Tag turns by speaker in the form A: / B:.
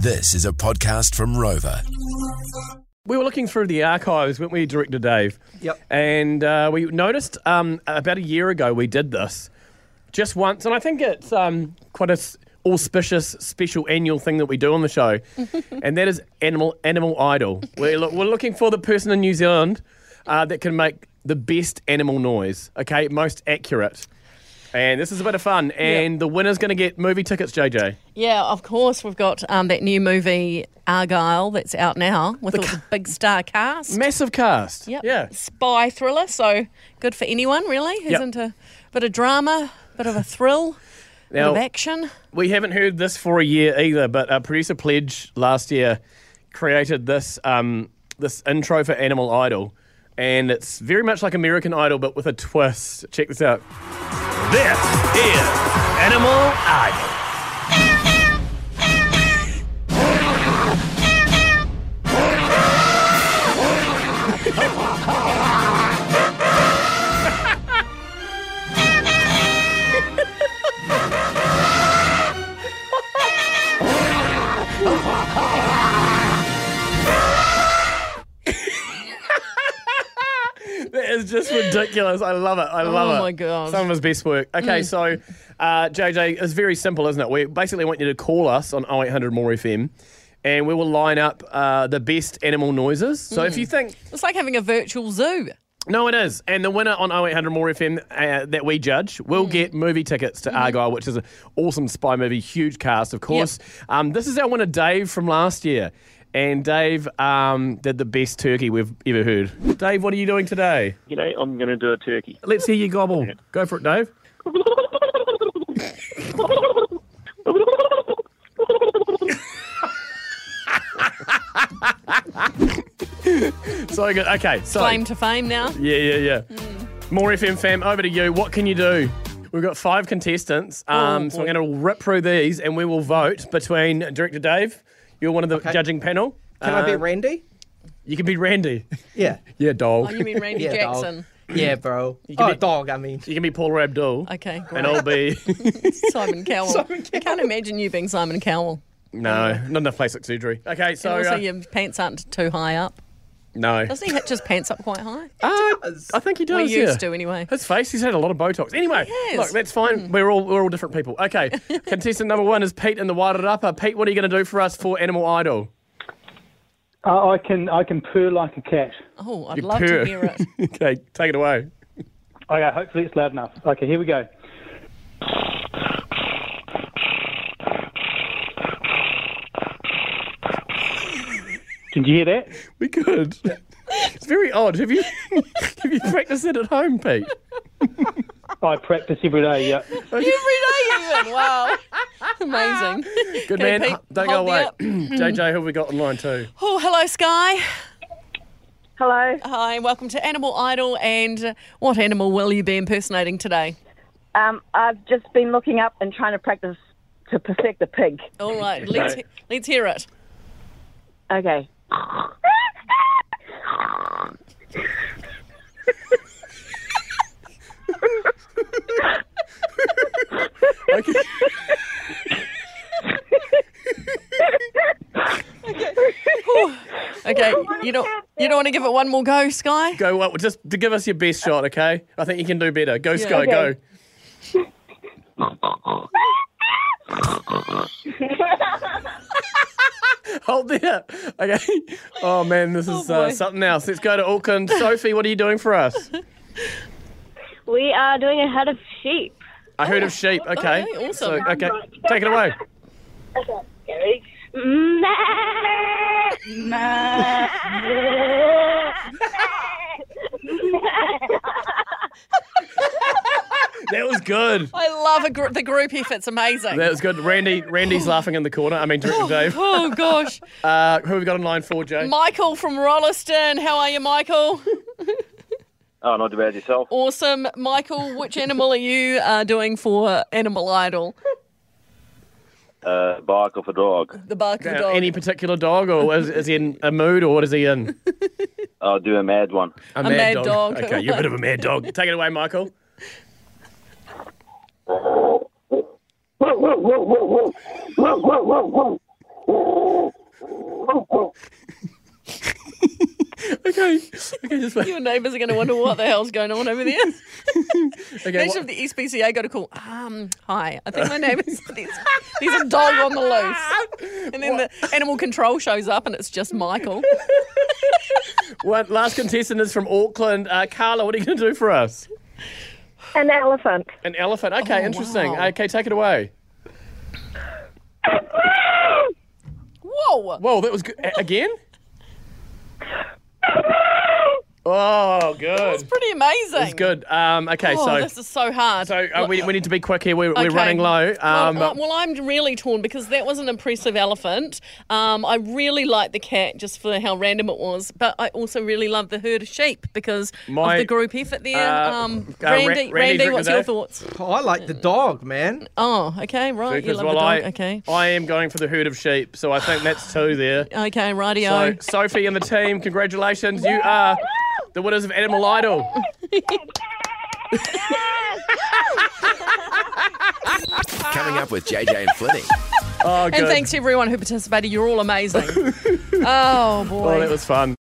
A: This is a podcast from Rover.
B: We were looking through the archives, weren't we, Director Dave?
C: Yep.
B: And uh, we noticed um, about a year ago we did this just once, and I think it's um, quite a s- auspicious special annual thing that we do on the show, and that is animal animal idol. We're, lo- we're looking for the person in New Zealand uh, that can make the best animal noise. Okay, most accurate. And this is a bit of fun, and the winner's going to get movie tickets, JJ.
D: Yeah, of course. We've got um, that new movie Argyle that's out now with all the big star cast.
B: Massive cast.
D: Yep.
B: Yeah.
D: Spy thriller, so good for anyone really who's
B: Yep.
D: into a bit of drama, bit of a thrill, bit
B: Now-
D: of action.
B: We haven't heard this for a year either, but uh, producer Pledge last year created this um, this intro for Animal Idol, and it's very much like American Idol but with a twist. Check this out.
E: This is Animal Idol.
B: That is just ridiculous. I love it. I love it.
D: my God.
B: Some of his best work. Okay, so uh, JJ, it's very simple, isn't it? We basically want you to call us on 0800 More FM, and we will line up uh, the best animal noises. So if you think
D: It's like having a virtual zoo.
B: No, it is. And the winner on 0800 More FM uh, that we judge will get movie tickets to Argyle, which is an awesome spy movie, huge cast, of course. Um, this is our winner, Dave, from last year. And Dave um, did the best turkey we've ever heard. Dave, what are you doing today?
F: G'day, I'm going to do a turkey.
B: Let's hear you gobble. Go for it, Dave. So good. Okay, so.
D: Claim to fame now.
B: Yeah, yeah, yeah.
D: Mm.
B: More FM fam, over to you. What can you do? We've got five contestants,
D: Oh,
B: um, so I'm going to rip through these, and we will vote between Director Dave. You're one of the judging panel.
C: Can I be
B: Uh,
C: Randy?
B: You can be Randy.
C: Yeah.
B: Yeah, doll.
D: Oh, you mean Randy
C: Yeah, dog.
D: Jackson?
C: Yeah, bro.
B: can
C: oh,
B: be-
C: dog, I mean.
B: you can be Paula Abdul.
D: Okay,
B: And
D: great.
B: I'll be
D: Simon Cowell.
C: Simon
D: I can't imagine you being Simon Cowell.
B: no, not enough plastic surgery. Okay, so
D: And also,
B: uh,
D: your pants aren't too high up.
B: no, Uh,
D: Doesn't he hitch his pants up quite high?
B: I think he Oh, does.
D: We used
B: yeah.
D: to anyway.
B: His face, he's had a lot of Botox. Anyway,
D: He has.
B: look, that's
D: Mm.
B: fine. We're all we're all different people. Okay, contestant number one is Pete in the Wairarapa. Pete, what are you going to do for us for Animal Idol?
G: Uh, I can I can purr like a cat.
D: Oh, I'd
B: You
D: love
B: purr.
D: to hear it.
B: okay, take it away.
G: Okay, hopefully it's loud enough. Okay, here we go. Did you hear that?
B: We could. It's very odd. Have you have you practiced it at home, Pete?
G: I practice every day. Yeah.
D: Every day, even. Wow. Amazing.
B: Good
D: Okay,
B: man.
D: Pete,
B: Don't go
D: hold me
B: away.
D: up.
B: JJ, who have we got online too?
D: Oh, hello, Sky.
H: Hello.
D: Hi, welcome to Animal Idol. And uh, what animal will you be impersonating today?
H: Um, I've just been looking up and trying to practice to perfect the pig.
D: All right, let's, he- let's hear it.
H: Okay.
B: Okay.
D: Okay, you don't you don't want to give it one more go, Sky?
B: Go well, just to give us your best shot, okay? I think you can do better. Go, Sky, go.
H: Okay.
B: Hold there. Okay. Oh man, this is uh,
D: boy.
B: something else. Let's go to Auckland. Sophie, what are you doing for us?
H: We are doing a head of sheep.
B: I heard of sheep. Okay.
D: okay, Oh, awesome.
B: So, okay. Take it away.
H: Okay.
B: That was good.
D: I love a gr- the group effort. It's amazing.
B: That was good. Randy Randy's laughing in the corner. I mean Director Dave.
D: oh gosh,
B: Uh, who have we got online for, Jay?
D: Michael from Rolleston. How are you, Michael?
F: Oh, not about yourself.
D: Awesome, Michael. Which animal are you uh, doing for Animal Idol?
F: Uh, bike off a dog.
D: The bark of the
B: Uh,
D: dog.
B: Any particular dog, or is, is he in a mood, or what is he in?
F: I'll do a mad one.
B: A,
D: mad dog.
B: Okay, you're a bit of a mad dog. Take it away, Michael. Okay. Okay, just wait.
D: Your neighbours are going to wonder what the hell's going on over there.
B: Okay,
D: Imagine
B: what-
D: if the SPCA got a call. Um, hi, I think my neighbours. There's, there's a dog on the loose, and then the animal control shows up, and it's just Michael.
B: one- last contestant is from Auckland. Uh, Carla, what are you going to do for us?
H: An elephant.
B: An elephant. Okay,
D: Oh,
B: interesting.
D: wow.
B: Okay, take it away.
D: Whoa!
B: Whoa, that was good. A- again? Oh, good.
D: Pretty amazing.
B: It's good. Um, okay,
D: Oh,
B: so
D: this is so hard.
B: so uh, we, we need to be quick here. We're, we're
D: Okay.
B: running low. Um,
D: well, well, I'm really torn because that was an impressive elephant. Um, I really liked the cat just for how random it was, but I also really loved the herd of sheep because
B: My-
D: of the group effort there.
B: uh,
D: um,
B: uh, Ra-
D: Randy,
B: Randy's
D: Randy,
B: written
D: what's your
B: today.
D: thoughts?
C: Oh, I like the dog, man.
D: Oh, okay, right. You
B: because
D: love
B: well,
D: the dog.
B: I
D: okay,
B: I am going for the herd of sheep, so I think that's two there.
D: okay, rightio.
B: So Sophie and the team, congratulations! You are the winners of Animal Idol.
A: Coming up with JJ and Flinny.
B: Oh, good.
D: and thanks to everyone who participated. You're all amazing. oh boy.
B: Oh, that was fun.